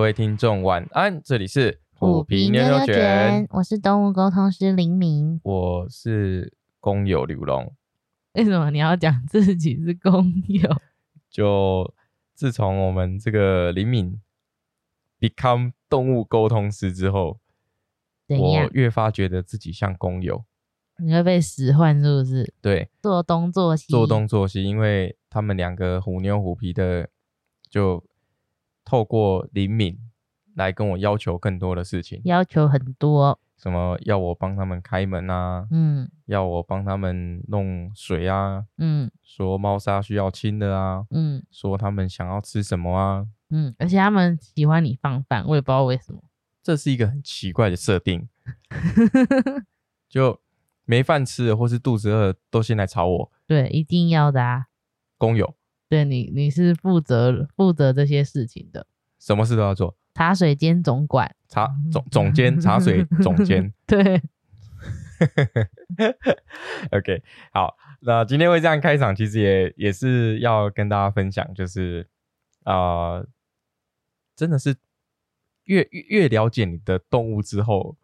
位听众晚安，这里是虎皮牛牛卷，，我是动物沟通师林明。我是工友刘龙。为什么你要讲自己是工友？就自从我们这个李敏 become 动物沟通师之后，怎我样？越发觉得自己像工友，你会被使唤是不是？对，做东做西，做东做西，因为他们两个虎妞虎皮的，就透过李敏来跟我要求更多的事情，要求很多。什么要我帮他们开门啊，嗯要我帮他们弄水啊，嗯说猫砂需要清的啊，嗯说他们想要吃什么啊，嗯，而且他们喜欢你放饭，我也不知道为什么。这是一个很奇怪的设定，就没饭吃了或是肚子饿了都先来吵我对，一定要的啊。工友，对你，你是负责负责这些事情的，什么事都要做。茶水间总管。茶总总监，茶水总监。对， OK，好，那今天会这样开场，其实也也是要跟大家分享，就是啊、呃真的是越越越了解你的动物之后，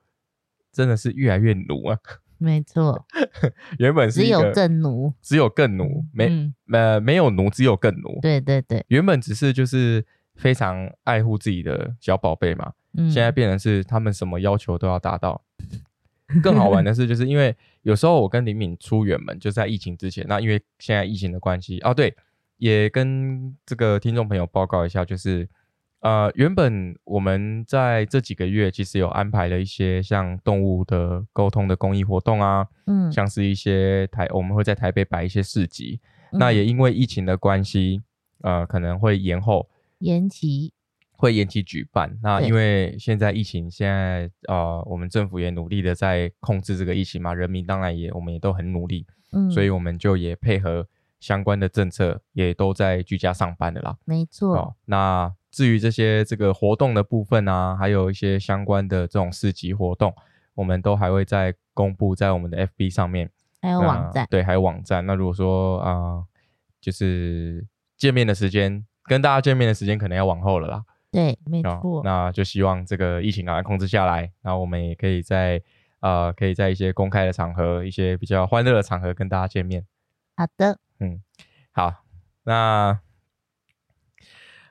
真的是越来越奴啊。没错，原本是只一有个更奴。只有更奴，没、嗯，呃没有奴，只有更奴。对对对，原本只是就是非常爱护自己的小宝贝嘛，嗯，现在变成是他们什么要求都要达到。更好玩的是，就是因为有时候我跟林敏出远门，就是在疫情之前。那因为现在疫情的关系，哦对，也跟这个听众朋友报告一下，就是呃，原本我们在这几个月其实有安排了一些像动物的沟通的公益活动啊，嗯，像是一些台我们会在台北摆一些市集，那嗯也因为疫情的关系，呃，可能会延后，延期。会延期举办。那对因为现在疫情，现在呃，我们政府也努力的在控制这个疫情嘛，人民当然也我们也都很努力，嗯，所以我们就也配合相关的政策，也都在居家上班的啦。没错，哦，那至于这些这个活动的部分啊，还有一些相关的这种市集活动，我们都还会再公布在我们的 FB 上面。还有那网站，对，还有网站。那如果说啊、呃就是见面的时间，跟大家见面的时间可能要往后了啦。对，没啊错，那就希望这个疫情赶快控制下来，那我们也可以在呃，可以在一些公开的场合，一些比较欢乐的场合跟大家见面。好的，好，那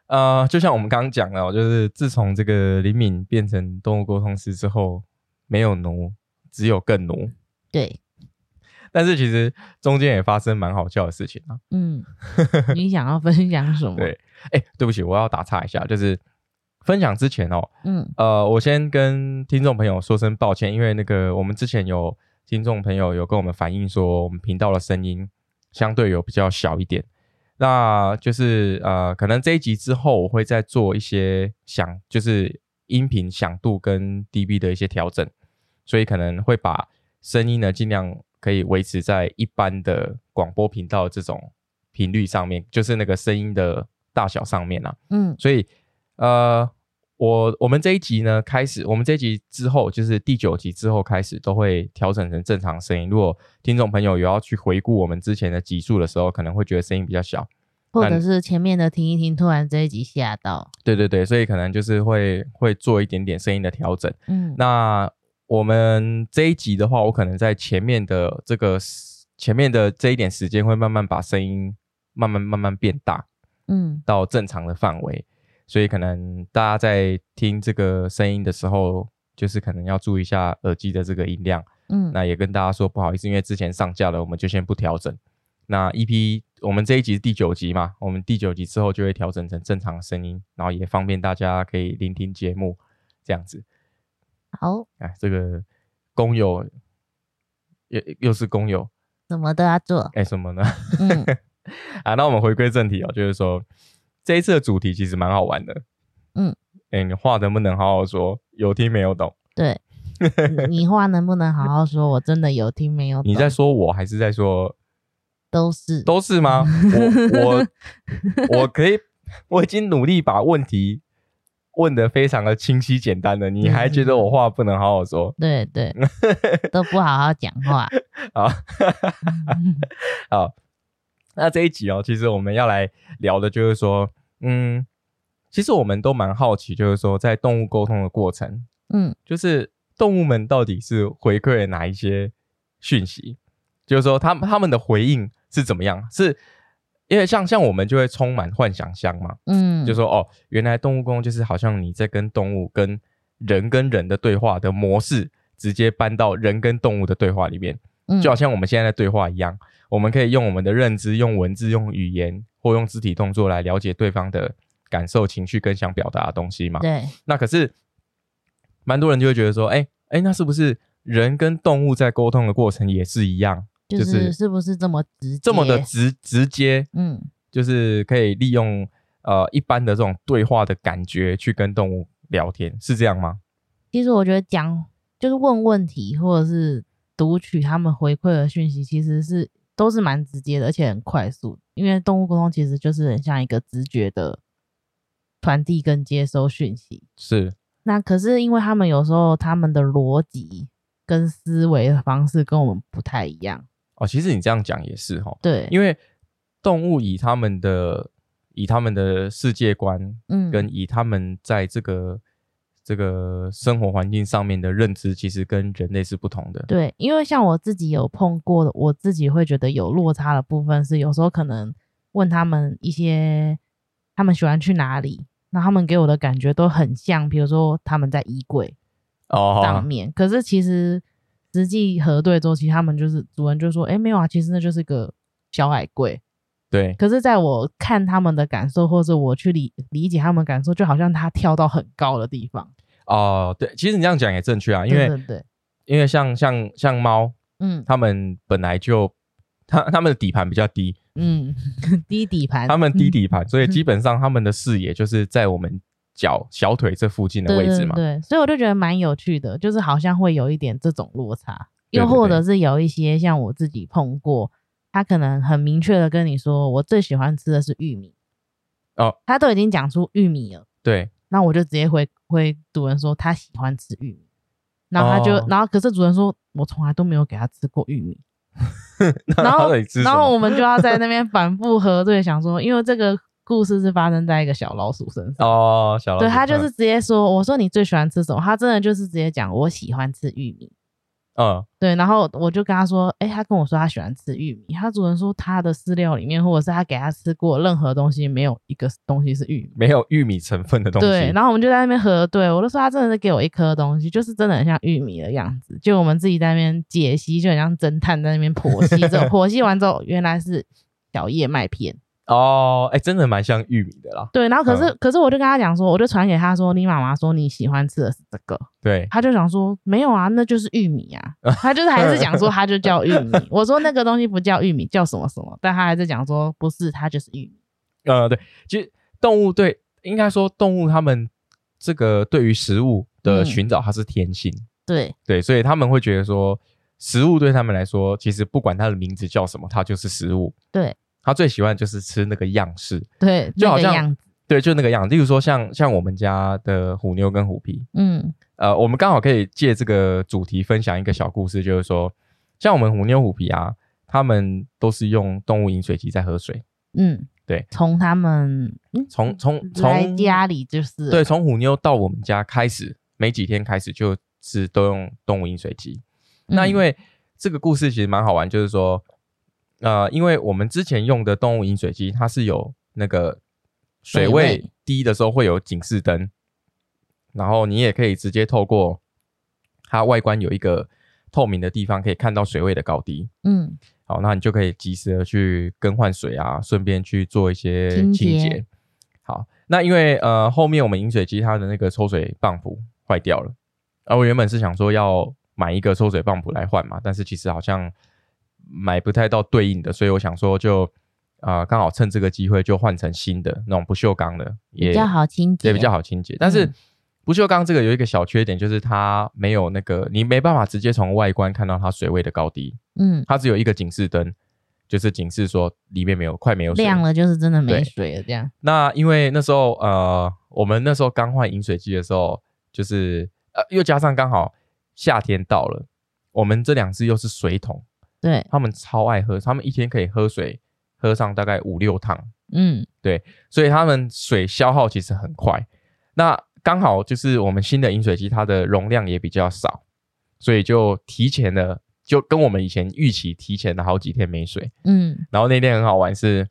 呃，就像我们刚刚讲了哦，就是自从这个李敏变成动物沟通师之后，没有奴，只有更奴。对，但是其实中间也发生蛮好笑的事情啊。 嗯，你想要分享什么？对哎、对不起，我要打岔一下，就是分享之前哦，嗯，呃，我先跟听众朋友说声抱歉，因为那个我们之前有听众朋友有跟我们反映说，我们频道的声音相对有比较小一点。那就是呃，可能这一集之后我会再做一些响，就是音频响度跟 dB 的一些调整，所以可能会把声音呢尽量可以维持在一般的广播频道这种频率上面，就是那个声音的大小上面啊。嗯，所以呃，我我们这一集呢开始，我们这一集之后就是第九集之后开始都会调整成正常声音。如果听众朋友有要去回顾我们之前的集数的时候，可能会觉得声音比较小。或那者你是前面的听一听，突然这一集吓到，对对对，所以可能就是会会做一点点声音的调整。嗯，那我们这一集的话，我可能在前面的这个时前面的这一点时间会慢慢把声音慢慢慢慢变大。嗯，到正常的范围，所以可能大家在听这个声音的时候，就是可能要注意一下耳机的这个音量。嗯，那也跟大家说不好意思，因为之前上架了，我们就先不调整。那 EP 我们这一集是第九集嘛，我们第九集之后就会调整成正常的声音，然后也方便大家可以聆听节目这样子。好，哎，这个工友又又是工友，什么都要做，哎什么呢？ 嗯，啊，那我们回归正题哦，就是说这一次的主题其实蛮好玩的。嗯，哎、你话能不能好好说？有听没有懂？对，你你话能不能好好说？我真的有听没有懂？你在说我还是在说都是都是吗？我我我可以，我已经努力把问题问得非常的清晰简单了，你还觉得我话不能好好说？对 对，都不好好讲话，啊，好，那这一集哦，其实我们要来聊的就是说，嗯，其实我们都蛮好奇，就是说在动物沟通的过程，嗯，就是动物们到底是回馈了哪一些讯息，就是说他们他们的回应是怎么样？是因为像像我们就会充满幻想箱嘛， 嗯，就说哦，原来动物沟通就是好像你在跟动物、跟人跟人的对话的模式，直接搬到人跟动物的对话里面，嗯就好像我们现在在对话一样，我们可以用我们的认知、用文字、用语言或用肢体动作来了解对方的感受、情绪跟想表达的东西嘛嗯、。对，那可是蛮多人就会觉得说，哎、哎、那是不是人跟动物在沟通的过程也是一样，就就是是是不是这么直接？这么的直直接？嗯，就是可以利用呃一般的这种对话的感觉去跟动物聊天，是这样吗？其实我觉得讲就是问问题，或者是读取他们回馈的讯息，其实是都是蛮直接的，而且很快速。因为动物沟通其实就是很像一个直觉的传递跟接收讯息。是，那可是因为他们有时候他们的逻辑跟思维的方式跟我们不太一样，哦，其实你这样讲也是哈，对，因为动物以他们的以他们的世界观嗯跟以他们在这个这个生活环境上面的认知，其实跟人类是不同的。对，因为像我自己有碰过的，我自己会觉得有落差的部分是，有时候可能问他们一些他们喜欢去哪里，那他们给我的感觉都很像，比如说他们在衣柜上哦，面，可是其实实际核对之后，其实他们就是主人就说，哎，没有啊，其实那就是个小矮柜。对，可是在我看他们的感受，或者我去理理解他们的感受，就好像他跳到很高的地方，哦，对，其实你这样讲也正确啊，因对为对对，因为像像像猫，嗯它们本来就它它们的底盘比较低，嗯， 低底盘，他们低嗯底盘，所以基本上他们的视野就是在我们脚小腿这附近的位置嘛。对对对，所以我就觉得蛮有趣的，就是好像会有一点这种落差，对又对或对者是有一些像我自己碰过，他可能很明确的跟你说，我最喜欢吃的是玉米，哦，他都已经讲出玉米了，对那我就直接回回主人说他喜欢吃玉米，然后他就，哦然后可是主人说我从来都没有给他吃过玉米， 那然他后到底吃什然后么？我们就要在那 边反复核对，想说，因为这个故事是发生在一个小老鼠身上。哦，小老对鼠他就是直接说，我说你最喜欢吃什么？他真的就是直接讲我喜欢吃玉米。嗯，对，然后我就跟他说，哎、他跟我说他喜欢吃玉米。他主人说他的饲料里面，或者是他给他吃过任何东西，没有一个东西是玉米。没有玉米成分的东西。对，然后我们就在那边核对，我就说他真的是给我一颗东西，就是真的很像玉米的样子。就我们自己在那边解析，就很像侦探在那边剖析， 之后剖析完之后，原来是小叶麦片。哦，哎，真的蛮像玉米的啦。对，然后可是、嗯可是我就跟他讲说，我就传给他说，你妈妈说你喜欢吃的是这个，对，他就想说没有啊，那就是玉 米啊，他就是还是讲说他就叫玉米。我说那个东西不叫玉米，叫什么什么，但他还是讲说不是，它就是玉米。呃，对，其实动物对，应该说动物它们这个对于食物的嗯寻找，它是天性。对对，所以他们会觉得说，食物对他们来说，其实不管它的名字叫什么，它就是食物。对，它最喜欢的就是吃那个样式。对，就好那像个样子，对，就那个样子。例如说像，像我们家的虎妞跟虎皮，嗯呃，我们刚好可以借这个主题分享一个小故事，就是说，像我们虎妞、虎皮啊，他们都是用动物饮水机在喝水。嗯，对，从他们嗯从从来从家里就是对，从虎妞到我们家开始，没几天开始就是都用动物饮水机。那因为为这个故事其实蛮好玩，就是说，呃，因为我们之前用的动物饮水机，它是有那个水水位位低的时候会有警示灯，然后你也可以直接透过它外观有一个透明的地方，可以看到水位的高低。嗯好，那你就可以及时的去更换水啊，顺便去做一些清清洁洁。好，那因为呃后面我们饮水机它的那个抽水泵浦坏掉了，而我原本是想说要买一个抽水泵浦来换嘛，但是其实好像买不太到对应的，所以我想说就啊刚、好趁这个机会就换成新的那种不锈钢的，也比较好清洁，也比较好清洁。但是嗯不锈钢这个有一个小缺点，就是它没有那个你没办法直接从外观看到它水位的高低。嗯它只有一个警示灯，就是警示说里面没有快没有水亮了就是真的没对水了这样，那因为那时候呃，我们那时候刚换饮水机的时候，就是呃，又加上刚好夏天到了，我们这两只又是水桶，对，他们超爱喝，他们一天可以喝水喝上大概五六趟，嗯所以它们水消耗其实很快。那刚好就是我们新的饮水机，它的容量也比较少，所以就提前了，就跟我们以前预期提前了好几天没水。嗯然后那天很好玩是，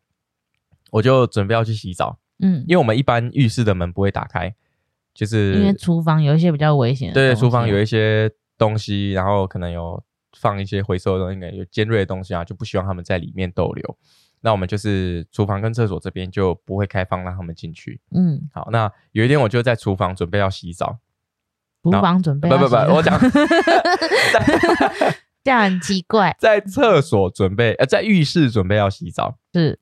我就准备要去洗澡，嗯，因为我们一般浴室的门不会打开，就是因为厨房有一些比较危险的呃对东西啊厨房有一些东西，然后可能有放一些回收的东西，可能有尖锐的东西啊，就不希望他们在里面逗留。那我们就是厨房跟厕所这边就不会开放让他们进去。嗯，好，那有一天我就在厨房准备要洗澡，厨房准备不不不要洗澡，我讲在这样很奇怪，在厕所准备，呃，在浴室准备要洗澡，是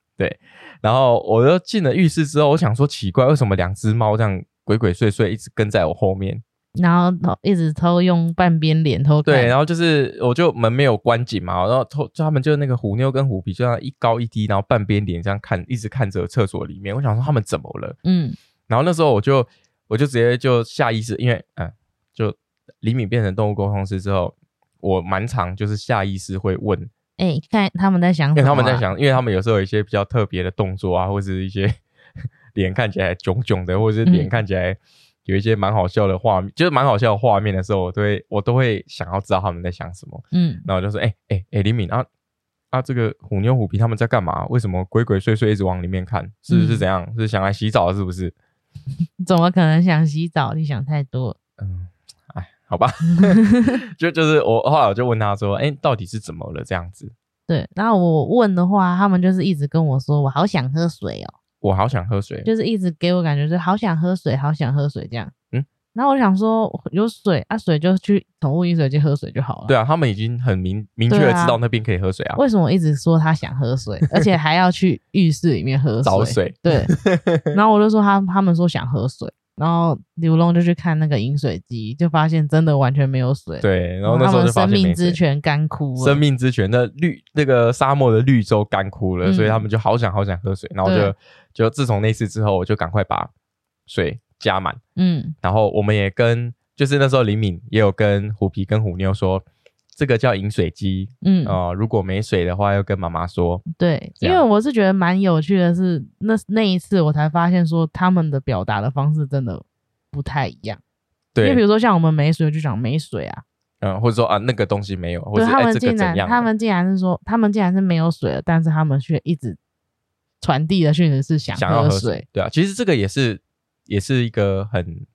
然后我就进了浴室之后，我想说奇怪，为什么两只猫这样鬼鬼祟祟一直跟在我后面？然后偷一直偷用半边脸偷看对，然后就是我就门没有关紧嘛，然后偷就他们就那个虎妞跟虎皮就这样一高一低，然后半边脸这样看，一直看着厕所里面。我想说他们怎么了？嗯然后那时候我就我就直接就下意识，因为嗯、呃就李敏变成动物沟通师之后，我蛮常就是下意识会问，哎、看他们在 想因什为么、啊他们在，想，因为他们有时候有一些比较特别的动作啊，或是一些 脸看起来囧囧的，或者是脸嗯看起来有一些蛮好笑的画面，就是蛮好笑的画面的时候，我都会我都会想要知道他们在想什么。嗯然后我就说，哎哎哎，李敏啊啊，这个虎妞虎皮他们在干嘛？为什么鬼鬼祟祟一直往里面看？是不是嗯怎样？是想来洗澡是不是？怎么可能想洗澡？你想太多了，嗯，哎，好 吧，就就是我后来我就问他说，哎、到底是怎么了这样子？对，然后我问的话，他们就是一直跟我说，我好想喝水哦，我好想喝水，就是一直给我感觉就是好想喝水，好想喝水这样。嗯，然后我想说有水啊，水就去宠物饮水机喝水就好了。对啊，他们已经很明明确的对啊知道那边可以喝水啊，为什么我一直说他想喝水，而且还要去浴室里面喝水？找水， 对，然后我就说他他们说想喝水，然后刘龙就去看那个饮水机，就发现真的完全没有水。，对，然后那时候就他发们生现没命水之。泉干枯了。生命之泉的绿那个沙漠的绿洲干枯了，嗯所以他们就好想好想喝水。然后我就对就自从那次之后，我就赶快把水加满。嗯然后我们也跟就是那时候李敏也有跟虎皮跟虎妞说，这个叫饮水机嗯、呃，如果没水的话要跟妈妈说。对，这因样为我是觉得蛮有趣的是，那那一次我才发现说他们的表达的方式真的不太一样。因为比对，如说像我们没水就讲没水啊，嗯，或者说啊那个东西没有，或对者他哎们这个竟怎然样？他们竟然是说他们竟然是没有水了，但是他们却一直传递的讯息是想想要喝水水，，对啊，其实这个也是也是一个很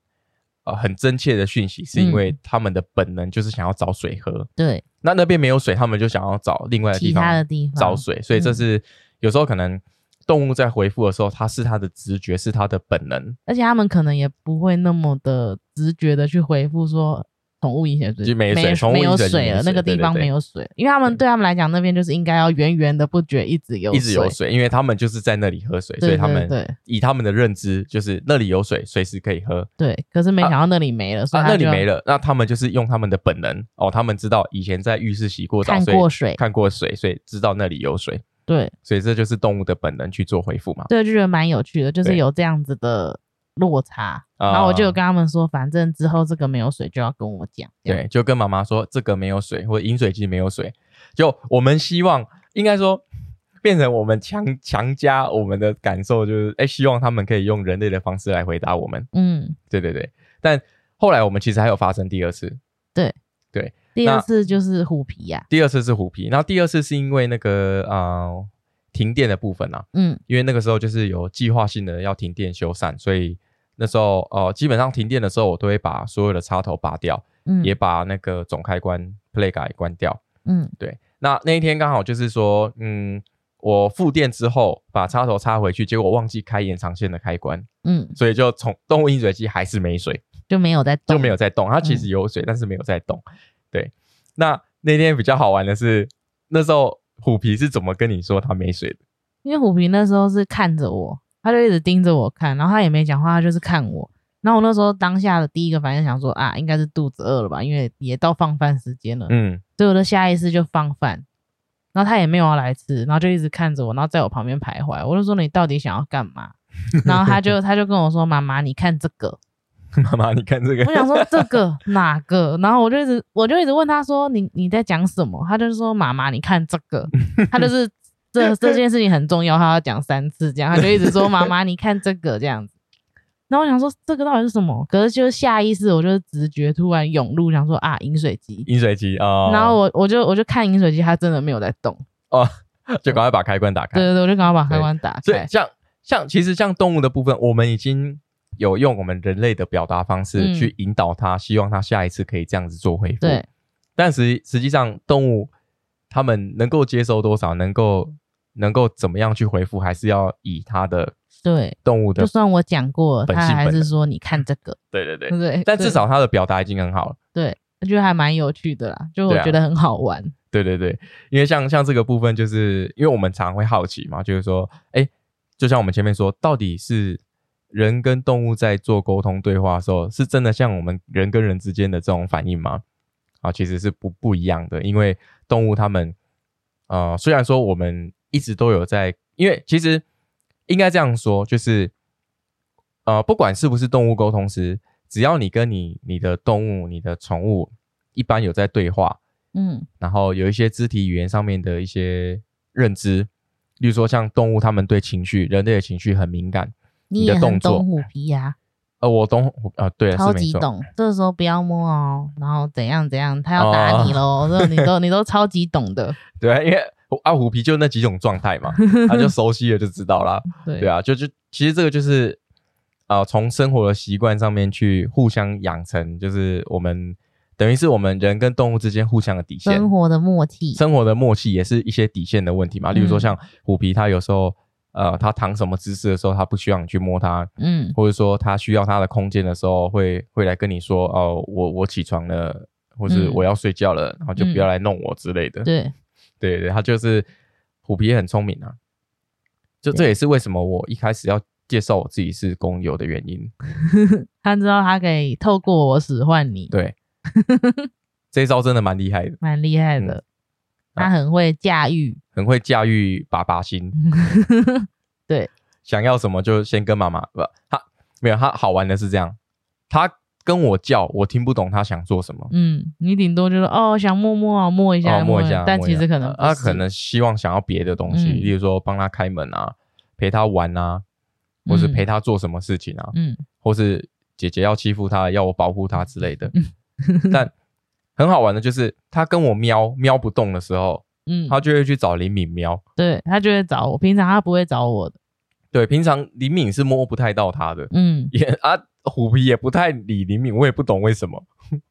呃很真切的讯息，是因嗯为他们的本能就是想要找水喝。对那那边没有水，他们就想要找另外的其地他的方地方嗯找水，所以这是有时候可能动物在回复的时候，它是它的直觉，是它的本能，而且他们可能也不会那么的直觉的去回复说宠物饮水机就没水宠物没有饮水就水了，没那个水地对对方对没有水，因为他们对他们来讲那边就是应该要源源的不绝，一直有一直有水，因为他们就是在那里喝水，所以对他们对对以他们的认知就是那里有水，随时可以喝。对，可是没想到那里没了，所啊以，那里没了，了，那他们就是用他们的本能哦，他们知道以前在浴室洗过澡，看所以过水看过水，所以知道那里有水，对所以这就是动物的本能去做回复嘛。对，就觉得蛮有趣的，就是对有这样子的落差。啊然后我就有跟他们说，反正之后这个没有水就要跟我讲。这样对，就跟妈妈说这个没有水，或者饮水机没有水。就我们希望，应该说变成我们强强加我们的感受，就是哎、诶希望他们可以用人类的方式来回答我们。嗯，对对对，但后来我们其实还有发生第二次，第那二次就是虎皮呀、第二次是虎皮，然后第二次是因为那个呃停电的部分啊，嗯因为那个时候就是有计划性的要停电修缮，所以那时候呃基本上停电的时候，我都会把所有的插头拔掉，嗯，也把那个总开关 Play 改关掉。嗯对，那那一天刚好就是说，嗯，我复电之后把插头插回去，结果忘记开延长线的开关，嗯所以就从动物饮水机还是没水，就没有在动，就没有在动。它其嗯实有水，但是没有在动。对，那那天比较好玩的是，那时候虎皮是怎么跟你说它没 水的？因为虎皮那时候是看着我，他就一直盯着我看，然后他也没讲话，他就是看我。然后我那时候当下的第一个反应想说啊，应该是肚子饿了吧，因为也到放饭时间了，嗯，所以我的下意识就放饭。然后他也没有要来吃，然后就一直看着我，然后在我旁边徘徊。我就说你到底想要干嘛？然后他就他就跟我说妈妈，你看这个。妈妈，你看这个我，想说这 个哪个，然后我就一直 我就一直问他说你你在讲什么，他就说妈妈你看这个，他就是这这件事情很重要，他要讲三次，这样他就一直说妈妈，你看这个这样子。然后我想说这个到底是什么？可是就是下意识，我就是直觉突然涌入，想说啊饮水机。饮水机哦，然后我我就我就看饮水机，它真的没有在动。哦，就赶快把开关打对开。对对，我就赶快把开关打所开以。像像其实像动物的部分，我们已经有用我们人类的表达方式嗯去引导它，希望它下一次可以这样子做恢复。对，但实实际上动物它们能够接受多少，能够能够怎么样去回复，还是要以它的对，动物就的算我讲过了，本他性还本是能说你看这个，对对对对不对？但至对少它的表达已经很好了。对，我觉得还蛮有趣的啦，就我对啊觉得很好玩。对对对，因为像像这个部分，就是因为我们常会好奇嘛，就是说，哎，就像我们前面说，到底是人跟动物在做沟通对话的时候，是真的像我们人跟人之间的这种反应吗？啊，其实是不不一样的，因为动物它们，呃，虽然说我们一直都有在，因为其实应该这样说，就是，呃，不管是不是动物沟通师，只要你跟你你的动物、你的宠物一般有在对话，嗯然后有一些肢体语言上面的一些认知，例如说像动物，它们对情绪，人类的情绪很敏感。你的也很动作懂虎皮呀、呃，我懂，呃，对啊，超是没级错，懂，这时候不要摸哦，然后怎样怎样，他要打哦你喽，这、你 都你都超级懂的，对啊，因为啊，虎皮就那几种状 态嘛，他就熟悉了就知道啦。对对啊，就就其实这个就是，呃，从生活的习惯上面去互相养成，就是我们等于是我们人跟动物之间互相的底线，生活的默契，生活的默契也是一些底线的问题嘛。例如说嗯像虎皮，它有时候呃，它躺什么姿势的时候，它不需要你去摸它，嗯，或者说他需要他的空间的时候会，会来跟你说哦，我我起床了，或是嗯我要睡觉了，然后就不要嗯来弄我之类的。对，对对，他就是虎皮也很聪明啊，就这也是为什么我一开始要介绍我自己是公牛的原因。他知道他可以透过我使唤你，对， 这一招真的蛮厉害的，蛮厉害嗯的，他很会驾驭， 很会驾驭爸爸心，想要什么就先跟妈妈不，他没有他好玩的是这样，他跟我叫，我听不懂他想做什么。嗯，你顶多就是哦想摸摸啊摸一下、哦，摸一下，但摸其一实下可能呃不他是可能希望想要别的东西，嗯例如说帮他开门啊，陪他玩啊，或是嗯陪他做什么事情啊，嗯或是姐姐要欺负他，要我保护他之类的嗯。但很好玩的就是，他跟我喵喵不动的时候，嗯，他就会去找林敏喵。对他就会找我，平常他不会找我的，对，平常林敏是摸不太到他的，嗯，也啊虎皮也不太理林敏，我也不懂为什么。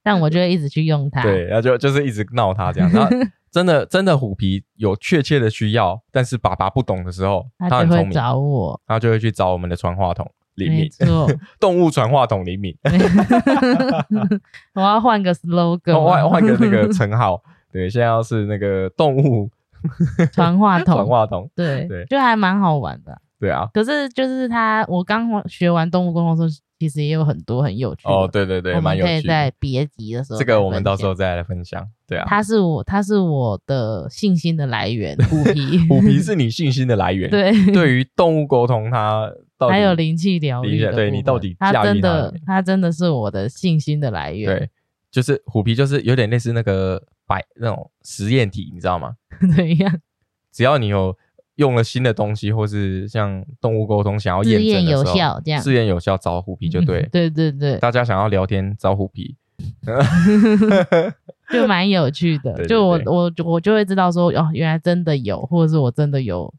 但我就会一直去用它，对，然后就就是一直闹他这样。然后 真的真的虎皮有确切的需要，但是爸爸不懂的时候，他他很就聪会明，找我，他就会去找我们的传话筒李没敏，错。动物传话筒李敏， 我要换个 slogan，换哦换吗换个那个称号。对，现在要是那个动物传话 筒，传话筒，对对就还蛮好玩的啊。对啊，可是就是他，我刚学完动物沟通的时候，其实也有很多很有趣的哦，，对对对，我蛮们有可以趣在的。别集的时候这个我们到时候，候再来分享。对啊，他是我他是我的信心的 来源，虎皮虎皮是你信心的来源。，对。对于动物沟通，它到底还有灵气疗理愈解的部对分，你到底他驾驭真它的了没，他真的是我的信心的来源。对，就是虎皮，就是有点类似那个白那种实验体，你知道吗？ 怎样？只要你有用了新的东西，或是像动物沟通想要验试证验的时候有效这样嗯试验有效找虎皮就对了。 对对对，大家想要聊天找虎皮，就蛮有趣的。对对就我对我我就会知道说，哦，原来真的有，或者是我真的有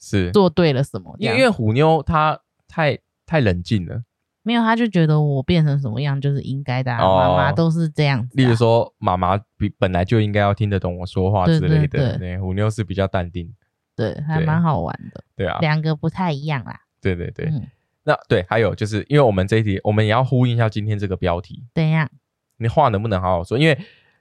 是做对了什么这因样。为因为虎妞她太太冷静了。没有，他就觉得我变成什么样就是应该的、啊，妈妈哦都是这样子、啊。例如，说，妈妈比本来就应该要听得懂我说话对之类的。对对虎妞是比较淡定。对，还对蛮好玩的，对啊，两个不太一样啦。对对对。嗯，那对，还有就是，因为我们这一题，我们也要呼应一下今天这个标题。怎样？你话能不能好好说？因为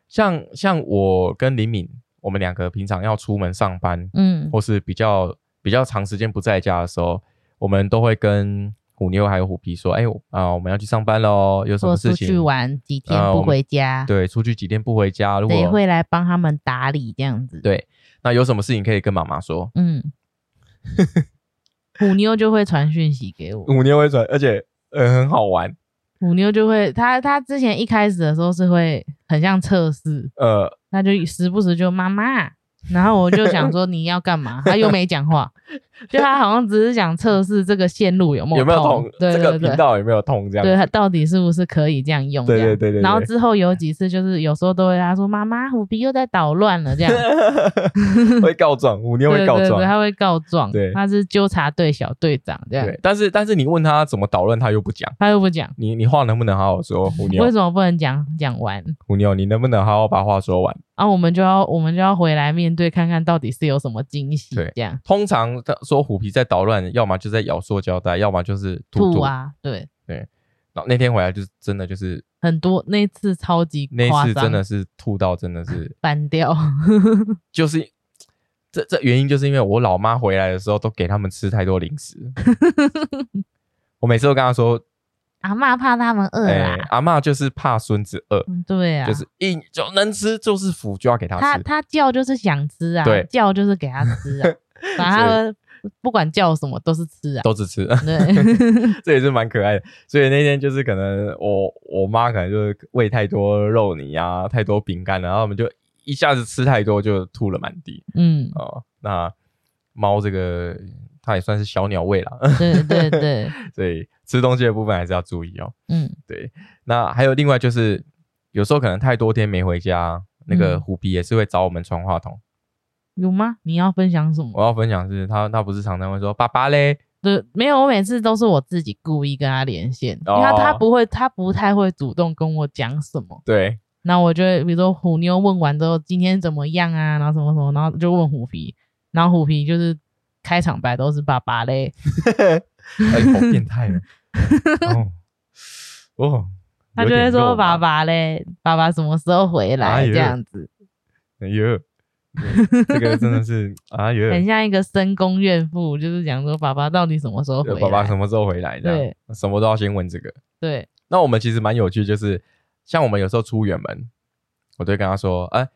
像像我跟林敏，我们两个平常要出门上班，嗯或是比较比较长时间不在家的时候，我们都会跟虎妞还有虎皮说：“哎、我啊、我们要去上班喽，有什么或事出情去玩几天呃我不们回家，对，出去几天不回家，如谁果会来帮他们打理这样子？，对，那有什么事情可以跟妈妈说。” 嗯，虎妞就会传讯息给我，虎妞会转，而且呃很好玩，虎妞就会，他他之前一开始的时候是会很像测试，呃，他就时不时就妈妈然后我就想说你要干嘛？他又没讲话，就他好像只是想测试这个线路有没有没有通通，？对这个对频对，道有没有通这样？对他到底是不是可以这样用？对这对样对对然后对之后有几次就是有时候都会他说妈妈，虎皮又在捣乱了 这样。会告 状，五年会对对告对，状。他会告状，对他是纠察队小队长这样，对，但是但是你问他怎么捣乱，他又不讲。他又不讲，你你话能不能好好说，虎妞为？什么不能讲讲完？虎妞，你能不能好好把话说完？啊，我们就要我们就要回来面对，看看到底是有什么惊喜对，这样通常他说虎皮在捣乱，要么就在咬塑胶袋，要么就是吐吐吐。啊，对，然后那天回来就是真的就是很多那次超级那一夸次张，真的是吐到真的是翻掉，就是这这原因就是因为我老妈回来的时候都给他们吃太多零 食，我每次都跟她说，阿妈怕他们饿哎、啦，阿嬷就是怕孙子饿，嗯，啊对啊，就是硬就能吃就是腐就要给他他吃，他叫就是想吃啊对，叫就是给他吃 啊，反正他不管叫什么都是吃啊，都只吃，对， 这也是蛮可爱的。所以那天就是可能我我妈可能就是喂太多肉泥啊，太多饼干了，然后我们就一下子吃太多就吐了满地嗯，哦。那猫这个它也算是小鸟胃啦， 对对对，所以吃东西的部分还是要注意哦。嗯，对，那还有另外就是，有时候可能太多天没回家，那个嗯虎皮也是会找我们传话筒。有吗？你要分享什么？我要分享是，他他不是常常会说爸爸嘞，对，没有，我每次都是我自己故意跟他连线，因为哦他他不会，他不太会主动跟我讲什么。对 那我就会比如说虎妞问完之后今天怎么样啊，然后什么什么，然后就问虎皮，然后虎皮就是开场白都是爸爸嘞，哎，好变态了。 哦，哦，他有就会点说肉爸麻，爸嘞，爸爸什么时候回哎来呦这样子，哎呦，这个真的是啊，有很点像一个深宫怨妇，就是讲说爸爸到底什么时候回来，爸爸什么时候回来？这样，什么都要先问这个。对，那我们其实蛮有趣，就是像我们有时候出远门，我都会跟他说，哎、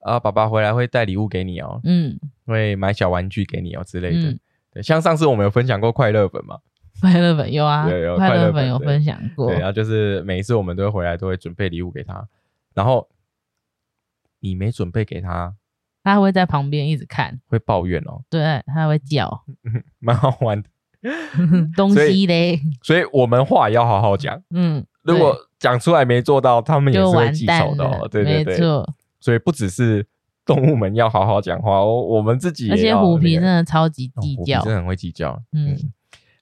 啊，爸爸回来会带礼物给你哦，嗯，会买小玩具给你哦之类的。嗯对，像上次我们有分享过快乐本嘛，快乐本有啊，有有快快乐乐本本有对分享过对，，啊然后就是每一次我们都会回来，都会准备礼物给他，然后你没准备给他，他会在旁边一直看，会抱怨哦，对，他会 叫蛮好玩的。东所以西嘞，所以我们话也要好好讲，嗯，如果讲出来没做到，他们对也是就会完记蛋仇的、了哦。，对对没对，错。所以不只是动物们要好好讲话，哦，我们自己也而且要虎那皮个真的超级哦计虎皮较，真的很会计较。嗯嗯，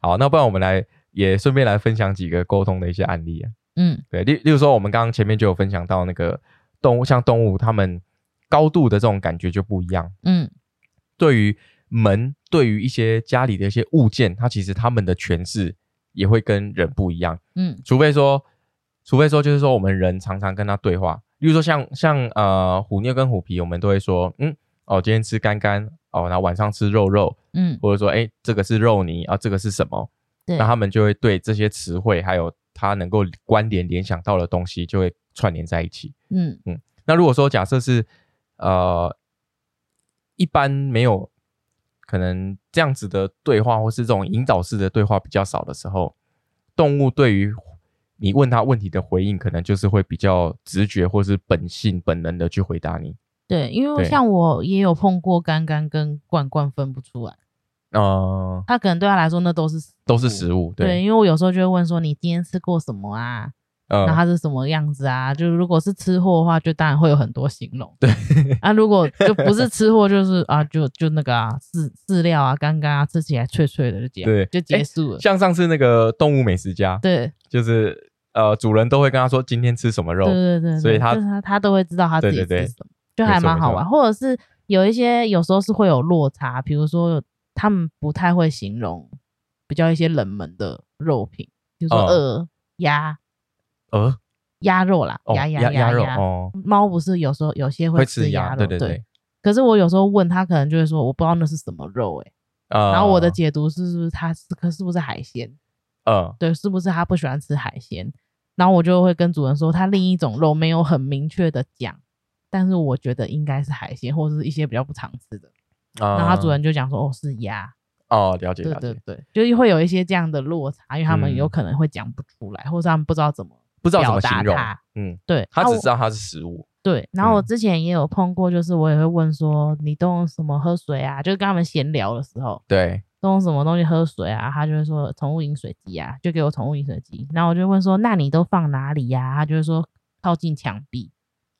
好，那不然我们来也顺便来分享几个沟通的一些案例啊。嗯对，例例如说，我们刚刚前面就有分享到那个动物，像动物它们高度的这种感觉就不一样。嗯对于门，对于一些家里的一些物件，它其实它们的诠释也会跟人不一样。嗯除非说，除非说，就是说我们人常常跟他对话，例如说像像呃虎妞跟虎皮，我们都会说，嗯，哦，今天吃干干，哦，然后晚上吃肉肉，嗯，或者说，哎，这个是肉泥啊，这个是什么？对那，他们就会对这些词汇还有它能够关联联想到的东西，就会串联在一起。嗯那如果说假设是呃一般没有可能这样子的对话，或是这种引导式的对话比较少的时候，动物对于你问它问题的回应，可能就是会比较直觉或是本性本能的去回答你。对，因为对像我也有碰过干干跟罐罐分不出来，呃，他可能对他来说那都是食都是物食物，哦对，对，因为我有时候就会问说你今天吃过什么啊？那呃，它是什么样子啊？就是如果是吃货的话，就当然会有很多形容。对啊，如果就不是吃货，就是啊，就就那个啊，饲饲料啊，干干啊，吃起来脆脆的，就结对就诶结束了。像上次那个动物美食家，对就是呃主人都会跟他说今天吃什么肉，对对对，所以对他就是他他都会知道他自己对吃什对么，对就没还错蛮没好错玩。或者是有一些有时候是会有落差，比如说有他们不太会形容比较一些冷门的肉品，比如说哦鹅、鸭、呃，鸭肉啦，哦，鸭鸭鸭肉，哦，猫不是有时候有些会吃吃鸭鸭，肉，对对对，可是我有时候问他，可能就会说我不知道那是什么肉哎、呃，然后我的解读是是不是他是可是不是海鲜？呃。对，是不是他不喜欢吃海鲜？然后我就会跟主人说，他另一种肉没有很明确的讲，但是我觉得应该是海鲜或者是一些比较不常吃的。啊，然后他主人就讲说，哦，是鸭。哦，了解对了对解，对，就是会有一些这样的落差，因为他们嗯有可能会讲不出来，或者他们不知道怎么。不知道怎么表达形容它，嗯，对，他啊只我知道它是食物，对，然后我嗯之前也有碰过，就是我也会问说你都用什么喝水啊？就是跟他们闲聊的时候，对，都用什么东西喝水啊？他就会说宠物饮水机啊，就给我宠物饮水机。然后我就问说那你都放哪里呀、他就会说靠近墙壁，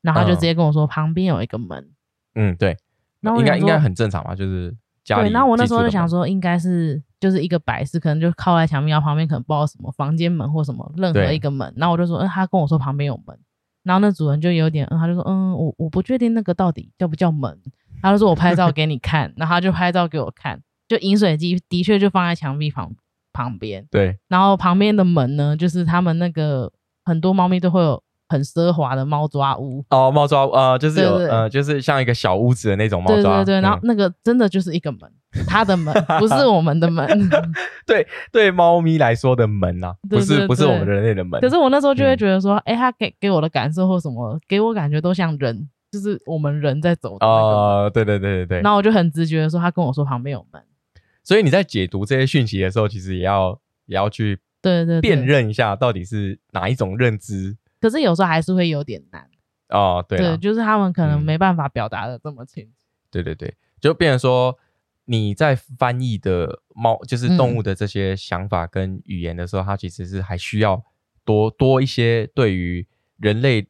然后他就直接跟我说、旁边有一个门。嗯，对，然后我应该想应该说很正常吧，就是家里。对，然后我那时候就想，说，应该是就是一个摆饰，可能就靠在墙壁，然后旁边可能不知道什么房间门或什么任何对一个门。然后我就说，嗯，他跟我说旁边有门，然后那主人就有点，嗯，他就说，嗯，我我不确定那个到底叫不叫门，他就说我拍照给你看，然后他就拍照给我看，就饮水机的确就放在墙壁旁旁边，对然后旁边的门呢，就是他们那个很多猫咪都会有很奢华的猫抓屋，哦，猫抓呃，就是有对对呃，就是像一个小屋子的那种猫对抓，对对，然后嗯那个真的就是一个门，他的门不是我们 的门。对猫咪来说的门啊，对不是对不是对我们人类的门，可是我那时候就会嗯觉得说，哎、他给给我的感受或什么，给我感觉都像人，就是我们人在走的那个门。哦，对对对对然对，后我就很直觉的说，他跟我说旁边有门。所以你在解读这些讯息的时候，其实也要也要去对对对，辨。认一下到底是哪一种认知可是有时候还是会有点难。哦，对啦就是他们可能嗯没办法表达的这么清楚。对对对，就变成说你在翻译的猫，就是动物的这些想法跟语言的时候，它其实是还需要多多一些对于人类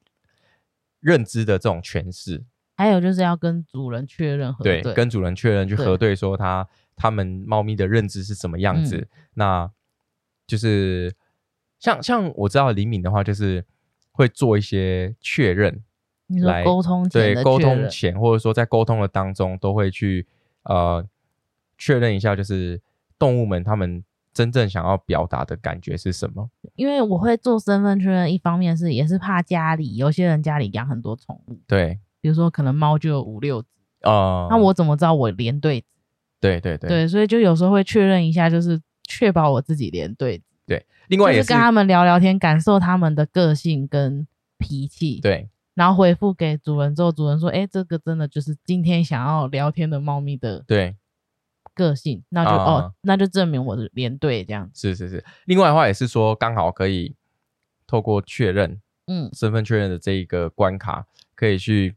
认知的这种诠释，还有就是要跟主人确认核对，嗯对，跟主人确认去对核对，说它它们猫咪的认知是什么样子。那就是像像我知道李敏的话，就是会做一些确认，你说来沟通前对的沟确通认前，或者说在沟通的当中，都会去呃确认一下，就是动物们他们真正想要表达的感觉是什么。因为我会做身份确认，一方面是也是怕家里有些人家里养很多宠物，对，比如说可能猫就有五六只，呃，那我怎么知道我连对几对对对对，所以就有时候会确认一下，就是确保我自己连对，对，另就外是也是跟他们聊聊天，感受他们的个性跟脾气，，对然后回复给主人之后，主人说，哎、这个真的就是今天想要聊天的猫咪的对个性，那就、啊哦，那就证明我是连对这样子，是是是，另外的话也是说刚好可以透过确认嗯，身份确认的这一个关卡，可以去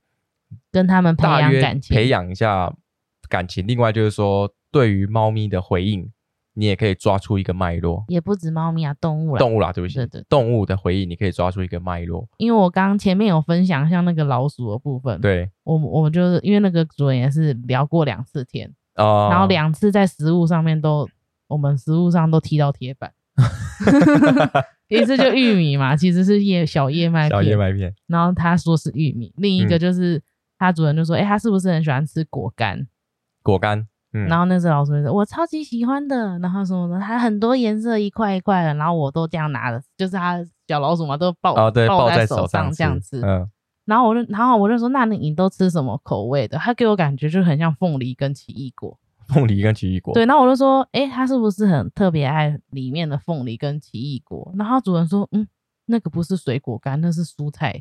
跟他们培大养约感情，培养一下感情。另外就是说对于猫咪的回应，你也可以抓出一个脉络。也不止猫咪啊，动物啦，动物啦，对不起，对对对动物的回忆，你可以抓住一个脉络。因为我刚前面有分享像那个老鼠的部分，，对，我我就是因为那个主人也是聊过两次天，啊，然后两次在食物上面都，我们食物上都踢到铁板， 一次就玉米嘛，其实是叶小叶麦小叶片，麦片，然后他说是玉米，另一个嗯就是他主人就说，哎、他是不是很喜欢吃果干？果干，嗯，然后那只老鼠就说，我超级喜欢的，然后什么的，它很多颜色一块一块的，然后我都这样拿的，就是它小老鼠嘛，都抱哦，对，抱抱在手上这样吃。嗯，然后我就，然后我就说，那你你都吃什么口味的？它给我感觉就很像凤梨跟奇异果。凤梨跟奇异果，对，然后我就说，诶，他是不是很特别爱里面的凤梨跟奇异果？然后主人说，嗯，那个不是水果干，那是蔬菜，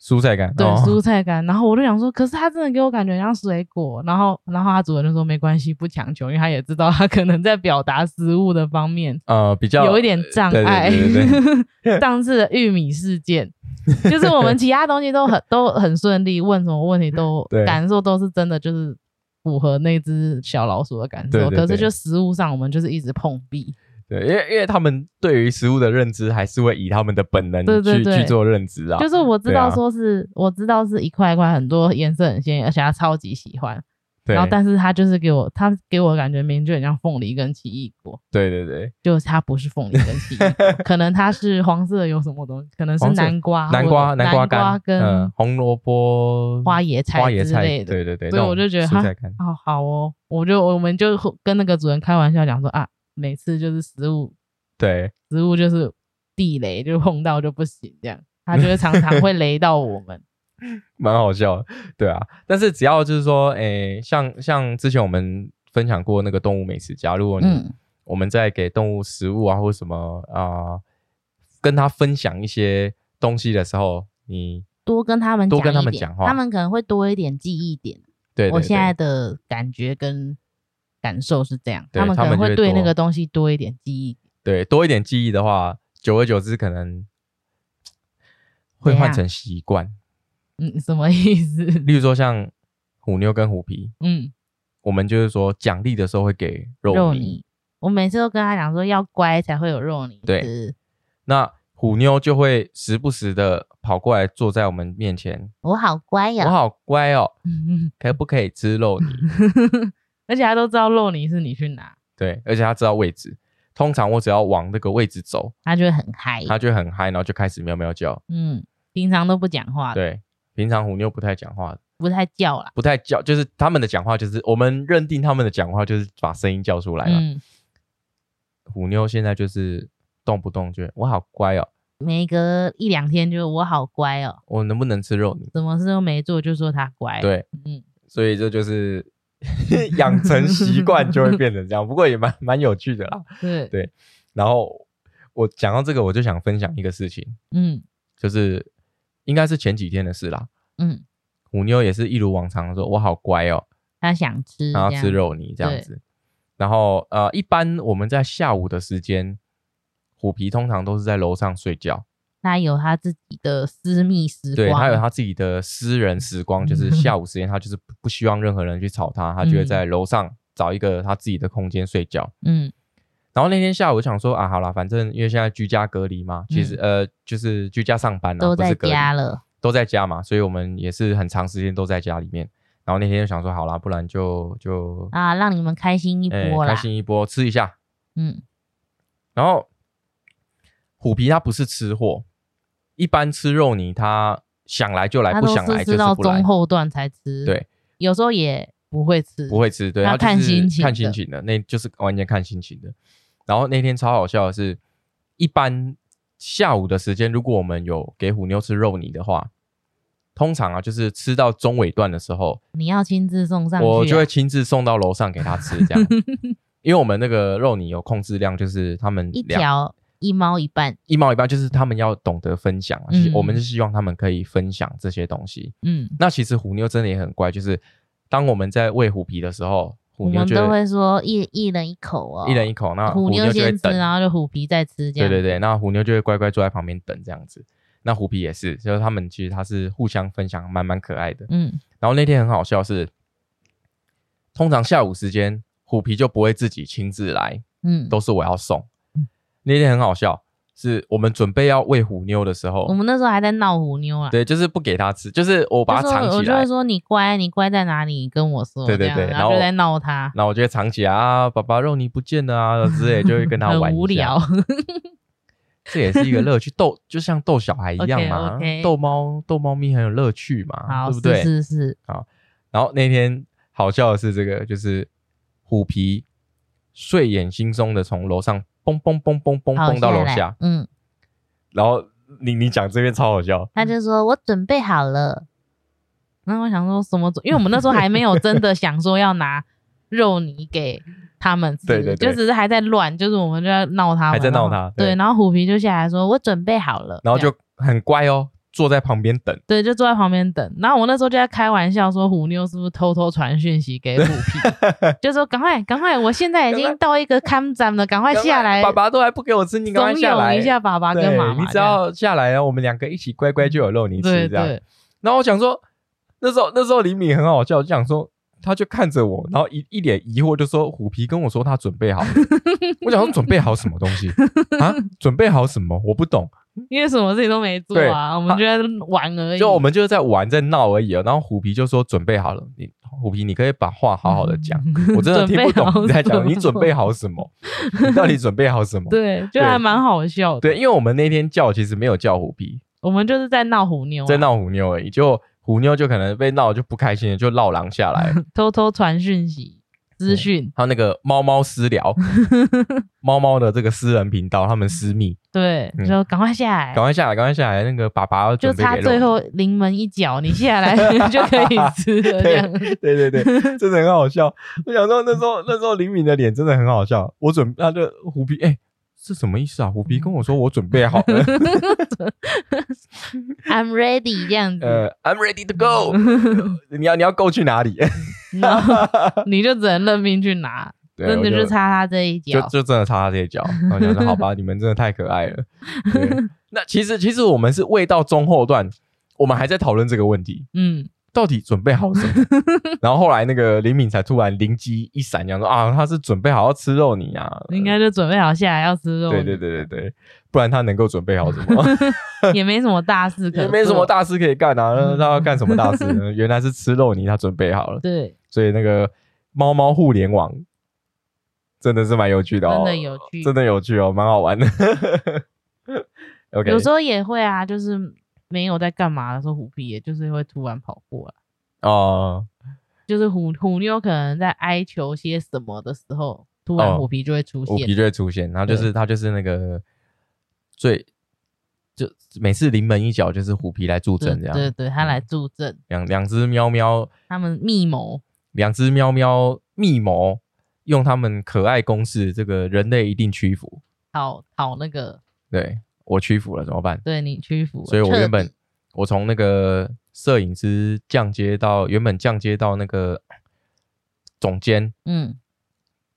蔬菜干，对，哦蔬菜干。然后我就想说，可是他真的给我感觉像水果。然后，然后他主人就说没关系，不强求，因为他也知道他可能在表达食物的方面 呃，比较有一点障对对碍对对对 上次的玉米事件， 就是我们其他东西都很 都很顺利，问什么问题都对感受都是真的，就是符合那只小老鼠的感受。对对可是对就食物上，我们就是一直碰壁。对，因为因为他们对于食物的认知，还是会以他们的本能对对去对去做认知啊，就是我知对啊道说是、我知道是一块一块很多颜色很鲜艳，而且他超级喜欢。对然后但是他就是给我他给我的感觉明明就很像凤梨跟奇异果，对对对，就是它不是凤梨跟奇异果， 可能它是黄色的有什么东西，可能是黄色南瓜或者、南瓜南瓜干，跟嗯，红萝卜花椰菜花椰之菜，类的对对对，所以那种我就觉得蔬哈菜干，哦，好哦，我就我们就跟那个主人开玩笑讲说啊，每次就是食物对，食物就是地雷，就碰到就不行这样，他就是常常会雷到我们。蛮好笑的， 对啊。但是只要就是说，诶、像像之前我们分享过那个动物美食家，如果你、嗯 我们在给动物食物啊或什么啊、跟它分享一些东西的时候，你多跟他们多跟讲他一们点讲话他们可能会多一点记忆点。对对我现对在的感觉跟感受是这样，对们他可们能就会会对那多个东西多一点记忆。对多一点记忆的话，久而久之可能会怎换样成习惯。嗯，什么意思？例如说像虎妞跟虎皮，嗯，我们就是说奖励的时候会给 肉肉泥，泥。我每次都跟他讲说要乖才会有肉泥对吃。那虎妞就会时不时的跑过来坐在我们面前，我好乖我呀、好乖哦，可不可以吃肉泥？ 而且他都知道肉泥是你去拿，对，而且他知道位置，通常我只要往那个位置走，他就会很嗨。他就会很嗨，然后就开始喵喵叫。嗯，平常都不讲话，对，平常虎妞不太讲话的，不太叫啦。不太叫，就是他们的讲话就是我们认定他们的讲话就是把声音叫出来嘛。嗯，虎妞现在就是动不动就我好乖哦，每隔一两天就我好乖哦，我能不能吃肉泥？什么事都没做就说他乖。，对，嗯，所以这就是 养成习惯就会变成这样，不过也蛮蛮有趣的啦。对，对然后我讲到这个，我就想分享一个事情，嗯就是应该是前几天的事啦。嗯，虎妞也是一如往常地说：“我好乖哦，他想吃，然后嗯这样吃，肉泥这样对子。”然后呃，一般我们在下午的时间，虎皮通常都是在楼上睡觉，他有他自己的私密时光，对他有他自己的私人时光， 就是下午时间，他就是不不希望任何人去吵他，他就会在楼上找一个他自己的空间睡觉。嗯然后那天下午我想说啊，好啦，反正因为现在居家隔离嘛，其实、呃就是居家上班啦，嗯都不是在隔离家了，都在家嘛，所以我们也是很长时间都在家里面。然后那天就想说，好啦，不然就就啊，让你们开心一哎波啦开。心一波，吃一下。嗯，然后虎皮它不是吃货，一般吃肉泥它想来就来，他不都想来就是吃是到不来中，后段才吃，对，有时候也不会吃，不会吃，对，它它就是看心情看心的情的，那就是完全看心情的。然后那天超好笑的是，一般下午的时间，如果我们有给虎妞吃肉泥的话，通常啊，就是吃到中尾段的时候，你要亲自送上去啊，我就会亲自送到楼上给他吃，这 样。因为我们那个肉泥有控制量，就是他们一两条一猫一半，一毛一半，就是他们要懂得分享啊。嗯我们是希望他们可以分享这些东西。嗯，那其实虎妞真的也很乖，就是当我们在喂虎皮的时候，我虎妞们就都会说一一人一口哦，一人一口，那虎啊妞就会先吃，等。然后就虎皮再吃，这对样对对，那虎妞就会乖乖坐在旁边等这样子。那虎皮也是，就是他们其实他是互相分享，蛮蛮可爱的。嗯然后那天很好笑是，通常下午时间虎皮就不会自己亲自来，嗯，都是我要送嗯。那天很好笑，是我们准备要喂虎妞的时我候，们那时候还在闹虎妞啊，对，就是不给它吃，就是我把它就说藏我起就来会，说你乖，你乖在哪里？你跟我说，对对这样对然然后后就在闹他，那我就会藏起来啊，爸爸肉泥不见了啊之类，就会跟它玩 很一无下 聊，，这也是一个乐趣，逗就像逗小孩一样嘛 OK，OK，逗猫逗猫咪很有乐趣嘛，好，对不对？是是是，然后那天好笑的是，这个就是虎皮睡眼惺忪的从楼上蹦蹦蹦蹦蹦好蹦到楼来下，嗯，然后你你讲这边超好笑，他就说我准备好了，然后我想说什么准？因为我们那时候还没有真的想说要拿肉泥给。他们 吃，对对对就只是还在乱，就是我们就在闹他们，还在闹他然后对对，然后虎皮就下来说：“我准备好了。”然后这样就很乖哦，坐在旁边等。对，就坐在旁边等。然后我那时候就在开玩笑说，虎妞是不是偷偷传讯息给 虎皮，就说赶快赶快，我现在已赶经到一个看展了，赶快下来，爸爸都还不给我吃，你赶快怂下来恿一下爸爸跟对妈妈。你只要下来啊，我们两个一起乖乖就有肉你这样吃对这样。对，然后我想说，那时候那时候李敏很好笑，就想说。他就看着我，然后一一脸疑惑，就说：“虎皮跟我说他准备好了。”我想说准备好什么东西啊？准备好什么？我不懂。因为什么事情都没做啊，我们就在玩而已。就我们就是在玩，在闹而已哦。然后虎皮就说准备好了，你虎皮你可以把话好好的讲， 我真的听不懂你在讲，你嗯 准备好什么？ 你到底准备好什么？对，就对还蛮好笑的。对，因为我们那天叫其实没有叫虎皮，我们就是在闹虎妞啊，在闹虎妞而已。就虎妞就可能被闹得就不开心了，就闹狼下 来。偷偷传讯嗯息资讯，还有那个猫猫私 聊，猫猫的这个私人频道，他们私密，对嗯，就赶快下来赶。快下来，赶快下来。那个爸爸要就准备差给肉最后临门一脚，你下来 就可以吃了，这 样对对对，真的很好笑。我想说那时候那时候李敏的脸真的很好笑。我准那就虎皮哎、是什么意思啊？虎皮跟我说我准备好 了， I'm ready 这样子。呃，I'm ready to go 你。要你要 go 去哪里？ 然后 你就只能认命去拿，对真我的就差他这一就脚。就真的差他这一脚。然后我想 说好吧，你们真的太可爱了。对那其实其实我们是喂到中后段，我们还在讨论这个问题，嗯，到底准备好什 么？然后后来那个林敏才突然灵机一闪，讲说啊，他是准备好要吃肉泥啊，应该就准备好下来要吃肉，对对，对对对，不然他能够准备好什么？ 也没什么大事可，也没什么，大事可以干 啊，那嗯他要干什么大事呢？原来是吃肉泥，他准备好了，对，所以那个猫猫互联网真的是蛮有趣的哦，真的有趣真的有趣哦，蛮好玩的。OK，有时候也会啊，就是没有在干嘛的时候，虎皮也就是会突然跑过来，哦，就是虎虎妞可能在哀求些什么的时候，突然哦虎皮就会出虎皮现，就会出现，然后就是他就是那个最就每次临门一脚就是虎皮来助对阵这对样，对，他来嗯助阵，两两只喵喵，他们密谋，两只喵喵密谋，用他们可爱公式，这个人类一定屈服。讨讨那个对我屈服了怎么办？对你屈服了，所以我彻原本底我从那个摄影师降阶到原本降阶到那个总监，嗯，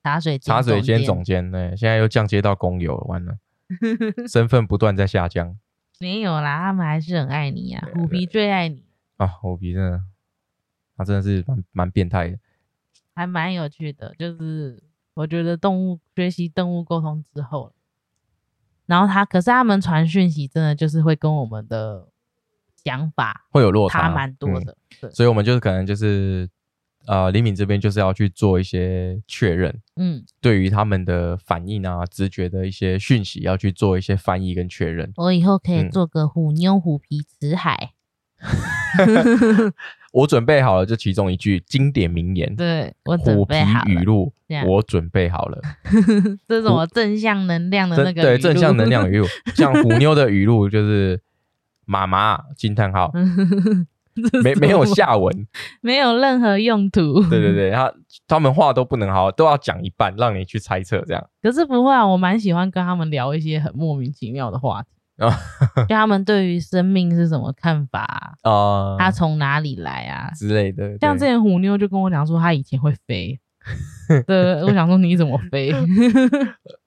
茶水间茶水间监总监，对，现在又降阶到工友，完 了，身份不断在下降没有啦，他们还是很爱你呀、虎皮最爱你，啊！我比真的，他真的是蛮蛮变态的。还蛮有趣的。就是我觉得动物学习动物沟通之后，然后他可是他们传讯息真的就是会跟我们的想法会有落差，差蛮多嗯的，对，所以我们就是可能就是呃，李敏这边就是要去做一些确认，嗯，对于他们的反应啊、直觉的一些讯息，要去做一些翻译跟确认。我以后可以嗯做个虎妞虎皮辞海，我准备好了，就其中一句经典名言，对我准虎皮备好语了，录这，样我准备好了，这是我正向能量的那正个对语正录向能 量，语录，像虎妞的语录就是妈妈惊叹号，嗯这没是没有我下文，没有任何用途，对对对，他他们话都不能好好，都要讲一半，让你去猜测这样。可是不会啊，我蛮喜欢跟他们聊一些很莫名其妙的话题，啊就他们对于生命是什么看法啊、啊、它从哪里来啊？之类的，像之对前虎妞就跟我讲说，她以前会 飞。对，我想说你怎么飞？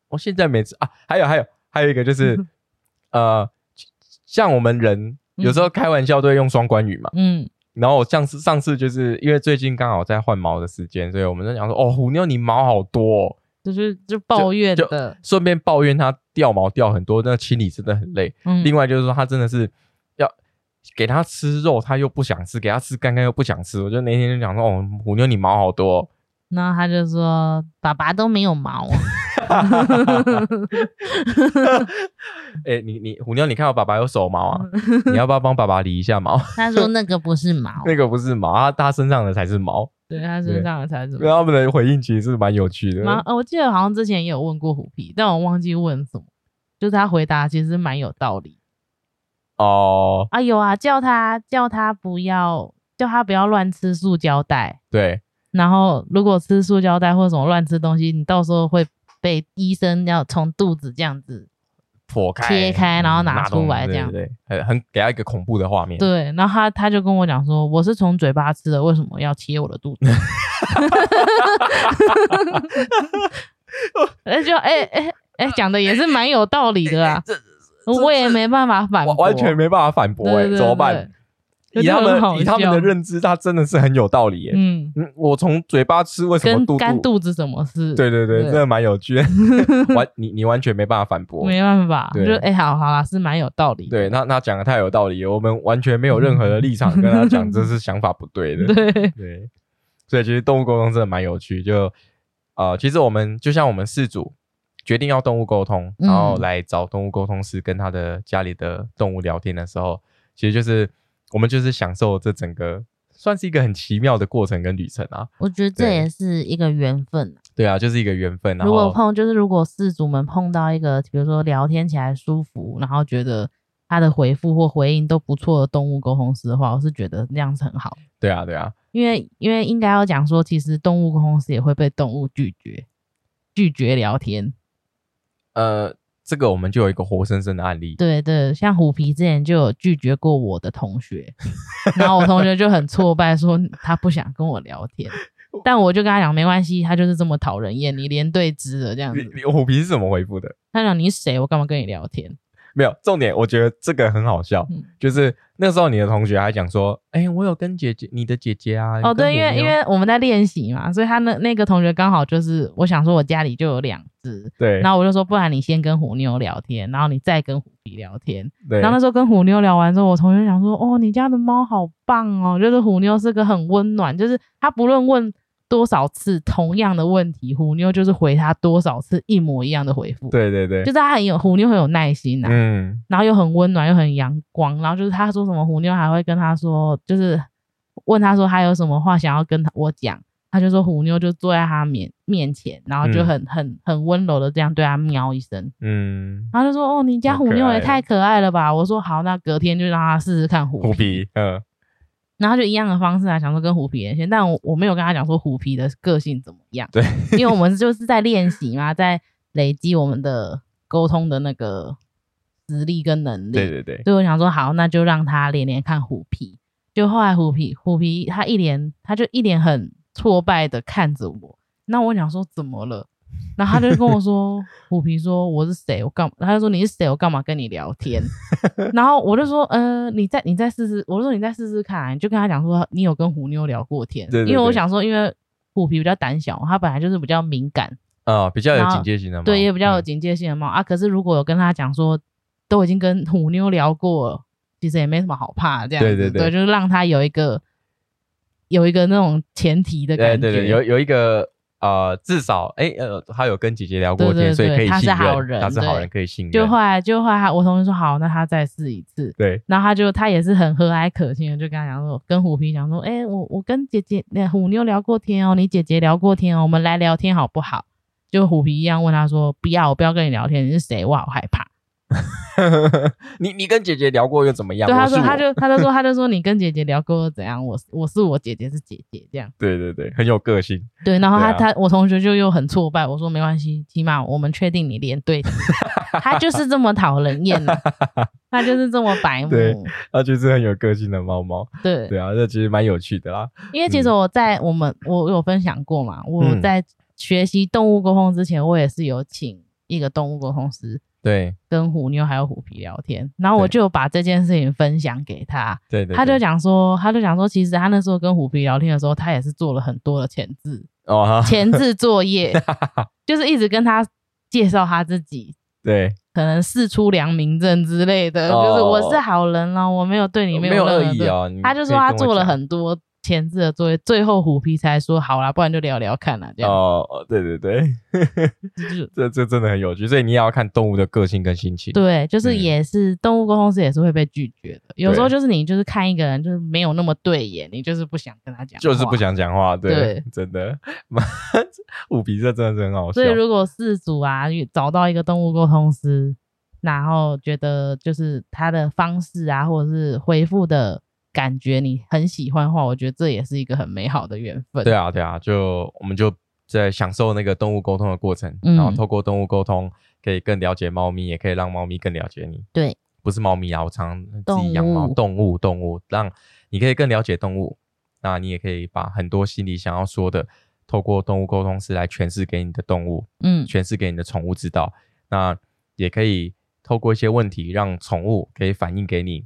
我现在每次啊，还有还有还有一个 就是，呃，像我们人 有时候开玩笑都会用双关语嘛。嗯，然后我上次上次就是因为最近刚好在换毛的时间，所以我们就讲说，哦，虎妞你毛好多、哦，就是就抱怨就的，顺便抱怨它掉毛掉很多，那清理真的很累。嗯，另外就是说，它真的是要给它吃肉，它又不想吃；给它吃干干又不想吃。我就那天就讲说，哦，虎妞你毛好多、哦。 然后他就说爸爸都没有毛，啊哎、你你虎妞，你看我爸爸有手毛啊，你要不要帮爸爸理一下毛？ 他说那个不是毛，那个不是毛，他他身上的才是毛。对他对啊身上的才是因为毛。他们的回应其实是蛮有趣的。然后呃我记得好像之前也有问过虎皮，但我忘记问什么，就是他回答其实蛮有道理的哦，啊，有啊，叫他叫他不要，叫他不要乱吃塑胶袋。对，然后如果吃塑胶袋或什么乱吃东西，你到时候会被医生要从肚子这样子破开、嗯切开然后拿东西出来这样对对对，很很给他一个恐怖的画面。对。然后他他就跟我讲说，我是从嘴巴吃的，为什么要切我的肚子？ 哎，就哎哎哎，讲的也是蛮有道理的啊，哎这我也没办法反驳，完完全没办法反驳、对哎，对怎么对办？对以就他很好们以他们笑的认知，他真的是很有道理、哎，嗯，嗯，我从嘴巴吃，为什么跟肚干？肚子什么事？对对对，对真的蛮有趣的， 完你你完全没办法反驳。没办法，对就哎、好好啦，是蛮有道理的。对，那那讲的太有道理了，我们完全没有任何的立场跟他讲， 这是想法不对的。对，对，所以其实动物沟通真的蛮有趣。就呃，其实我们就像我们饲主决定要动物沟通，嗯然后来找动物沟通师跟他的家里的动物聊天的时候，其实就是我们就是享受这整个算是一个很奇妙的过程跟旅程啊。我觉得这对也是一个缘分啊。对啊，就是一个缘分。然如果后碰就是如果事主们碰到一个，比如说聊天起来舒服，然后觉得他的回复或回应都不错的动物沟通师的话，我是觉得那样是很好的。对啊，对啊，因为因为应该要讲说，其实动物沟通师也会被动物拒绝拒绝聊天。呃，这个我们就有一个活生生的案例。对对，像虎皮之前就有拒绝过我的 同学，然后我同学就很挫败，说他不想跟我聊 天。但我就跟他讲没关系，他就是这么讨人厌，你连对峙了这样你子。你虎皮是怎么回复的？他讲你是谁，我干嘛跟你聊天？没有重点，我觉得这个很好笑，嗯就是那时候你的同学还讲说，哎、我有跟姐姐，你的姐姐啊，哦，跟对，因我为没有因为我们在练习嘛，所以他那那个同学刚好就是，我想说我家里就有两只，对，然后我就说，不然你先跟虎妞聊天，然后你再跟虎皮聊天。对，然后那时候跟虎妞聊完之后，我同学想说，哦，你家的猫好棒哦，就是虎妞是个很温暖，就是它不论问多少次同样的问题，虎妞就是回他多少次一模一样的回复。，对对对，就是它很有虎妞很有耐心啊，嗯，然后又很温暖又很阳光，然后就是他说什么虎妞还会跟他说，就是问他说他有什么话想要跟我讲，他就说虎妞就坐在他面面前，然后就嗯很、很很温柔的这样对他喵一声，嗯，然后就说哦你家好虎可妞也爱太可爱了吧，我说好，那隔天就让他试试看虎虎皮，皮，嗯，然后就一样的方式啊，想说跟虎皮连线，但我我没有跟他讲说虎皮的个性怎么样，对，因为我们就是在练习嘛，在累积我们的沟通的那个实力跟能力，对对对，所以我想说，好，那就让他连连看虎皮。就后来虎皮虎皮他一脸，他就一脸很挫败的看着我。那我想说怎么了？然后他就跟 我说，虎皮说我是谁，我干嘛？他就说你是谁，我干嘛跟你聊天？然后我就说，呃，你再你再试试，我就说你再试试看啊、你就跟他讲说你有跟虎妞聊过天，对对因为我对想说，因为虎皮比较胆小，他本来就是比较敏感，啊、比较有然后警戒心的嘛，对，也比较有嗯警戒性的猫、啊。可是如果有跟他讲说，都已经跟虎妞聊过了，其实也没什么好怕的这样对对子。对就是让他有一个有一个那种前提的哎对感觉。对对，有有一个呃，至少哎、呃，他有跟姐姐聊过对对天，所以对可以他是信任，好人他是好对人，可以信任，就后来就后来他，我同学说好，那他再试一次。对 然后他就他也是很和蔼可亲的，就跟他讲说，跟虎皮讲说，哎、我我跟姐姐那虎妞聊过天哦，你姐姐聊过天哦，我们来聊天好不好？就虎皮一样问他说，不要，我不要跟你聊天，你是谁？我好害怕。你你跟姐姐聊过又怎么样？对，他我是说，他我就他就说，他就说你跟姐姐聊过怎样？我是我是我姐姐是姐姐这样。对对对，很有个性， 对，然后他、对啊他我同学就又很挫败，我说没关系，起码我们确定你连 对题，他就是这么讨人厌呐、他就是这么白目。对对，它就是很有个性的猫猫，对啊，这其实蛮有趣的啦，因为其实我在我们我有分享过嘛，我嗯在学习动物沟通之前，我也是有请一个动物沟通师对跟虎妞还有虎皮聊天，然后我对就有把这件事情分享给他，对对，他就对讲说，他就讲说，其实他那时候跟虎皮聊天的时候，他也是做了很多的前置哦哈，前置作业，就是一直跟他介绍他自己，对，可能事出良民证之类的，哦呃就是我是好人哦，我没有对你没有恶任何意的。哦，你他就可以说他跟我做了讲很多前置的作业，最后虎皮才说好啦，不然就聊聊看啦，这样、哦，哦对对对，就是这这真的很有趣，所以你也要看动物的个性跟心情，对，就是嗯也是、动物沟通师也是会被拒绝的，有时候对就是你就是看一个人就是没有那么对眼，你就是不想跟他讲话，就是不想讲话，对对，真的， 虎皮这真的是很好笑所以，如果事主啊遇找到一个动物沟通师，然后觉得就是他的方式啊，或者是回复的感觉你很喜欢的话，我觉得这也是一个很美好的缘分。对啊，对啊，就我们就在享受那个动物沟通的过程，嗯然后透过动物沟通可以更了解猫咪，也可以让猫咪更了解你。对，不是猫咪啊，我常自己动养猫，物动物动物，让你可以更了解动物，那你也可以把很多心里想要说的，透过动物沟通师来诠释给你的动物，嗯，诠释给你的宠物知道。那也可以透过一些问题，让宠物可以反映给你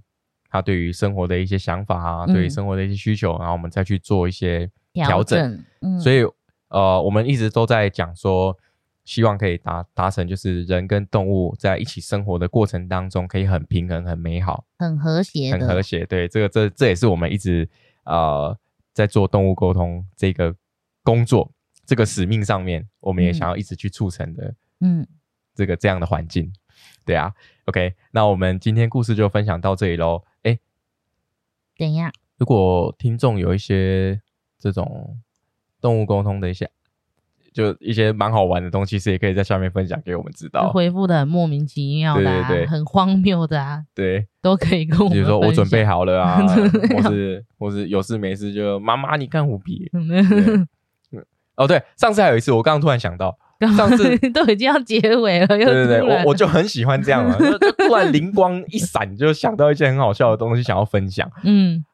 它对于生活的一些想法啊，对于嗯生活的一些需求，然后我们再去做一些调整。整，嗯，所以以呃，我们一直都在讲说，希望可以达达成就是人跟动物在一起生活的过程当中，可以很平衡、很美好、很和谐的，很和谐。对，这个这这也是我们一直呃在做动物沟通这个工作这个使命上面，我们也嗯想要一直去促成的嗯，这个这样的环境。对啊，OK，那我们今天故事就分享到这里喽。哎，怎样？如果听众有一些这种动物沟通的一些，就一些蛮好玩的东西，是也可以在下面分享给我们知就道。回复的很莫名其妙的、啊，对对对很荒谬的啊，对，都可以跟我们比分享。 如说我准备好了啊对，或是或是有事没事就妈妈你看虎 皮。嗯，哦，对，上次还有一次，我刚刚突然想到，干嘛上次都已经要结尾了，又对对对， 突然我我就很喜欢这 样啊，就就突然灵光一闪，就想到一些很好笑的东西想要分享。嗯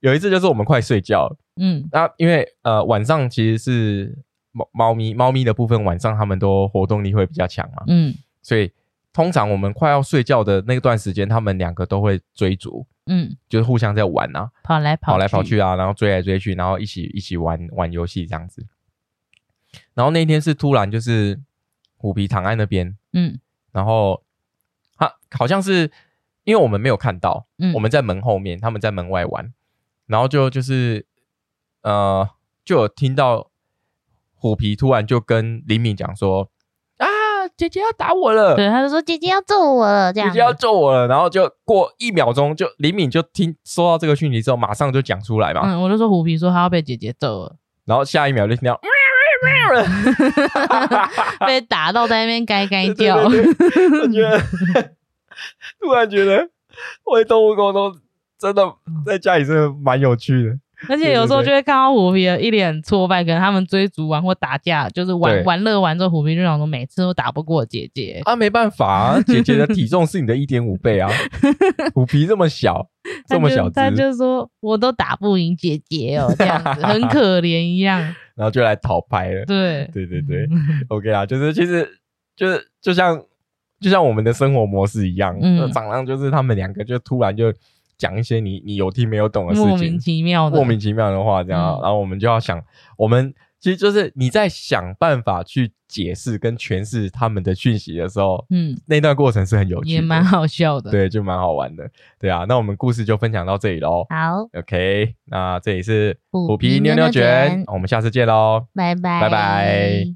有一次就是我们快睡觉了，嗯那因为呃晚上其实是猫猫咪猫咪的部分，晚上它们都活动力会比较强嘛，嗯所以通常我们快要睡觉的那段时间，他们两个都会追逐，嗯，就是互相在玩啊，跑来跑跑来跑去，啊，然后追来追去，然后一起一起玩玩游戏这样子。然后那一天是突然就是虎皮躺在那边，嗯然后他好像是因为我们没有看到，嗯，我们在门后面，他们在门外玩，然后就就是呃，就有听到虎皮突然就跟李敏讲说：“啊，姐姐要打我 了，对，他就说姐姐要揍我了，这姐样姐要揍我了。”然后就过一秒钟，就李敏就听收到这个讯息之后，马上就讲出来嘛，嗯，我就说虎皮说他要被姐姐揍 了，然后下一秒就听到。 被打到在那边该该 对叫，对对我觉得突然觉得 喂动物沟通真的嗯在家里真的蛮有趣的。而且有时候就会看到虎皮的一脸挫败，可能他们追逐完或打架，就是玩对玩乐完之后，虎皮就想说每次都打不过姐姐， 啊，没办法、啊，姐姐的体重是你的一点五倍 啊，虎皮这么小，他这么就小只，他就说我都打不赢姐姐哦，这样子很可怜一样，然后就来讨拍 了。对 对对对，OK 啊，就是其实就是就像就像我们的生活模式一样，嗯那长浪就是他们两个就突然就讲一些你你有听没有懂的事莫情名，其妙的，莫名其妙的话，这样啊，然嗯后我们就要想，我们其实就是你在想办法去解释跟诠释他们的讯息的时候，嗯，那段过程是很有趣的，也蛮好笑的，，对，就蛮好玩的，对啊。那我们故事就分享到这里喽。好， OK，那这里是虎虎皮皮妞妞妞妞卷卷，我们下次见喽。拜拜拜拜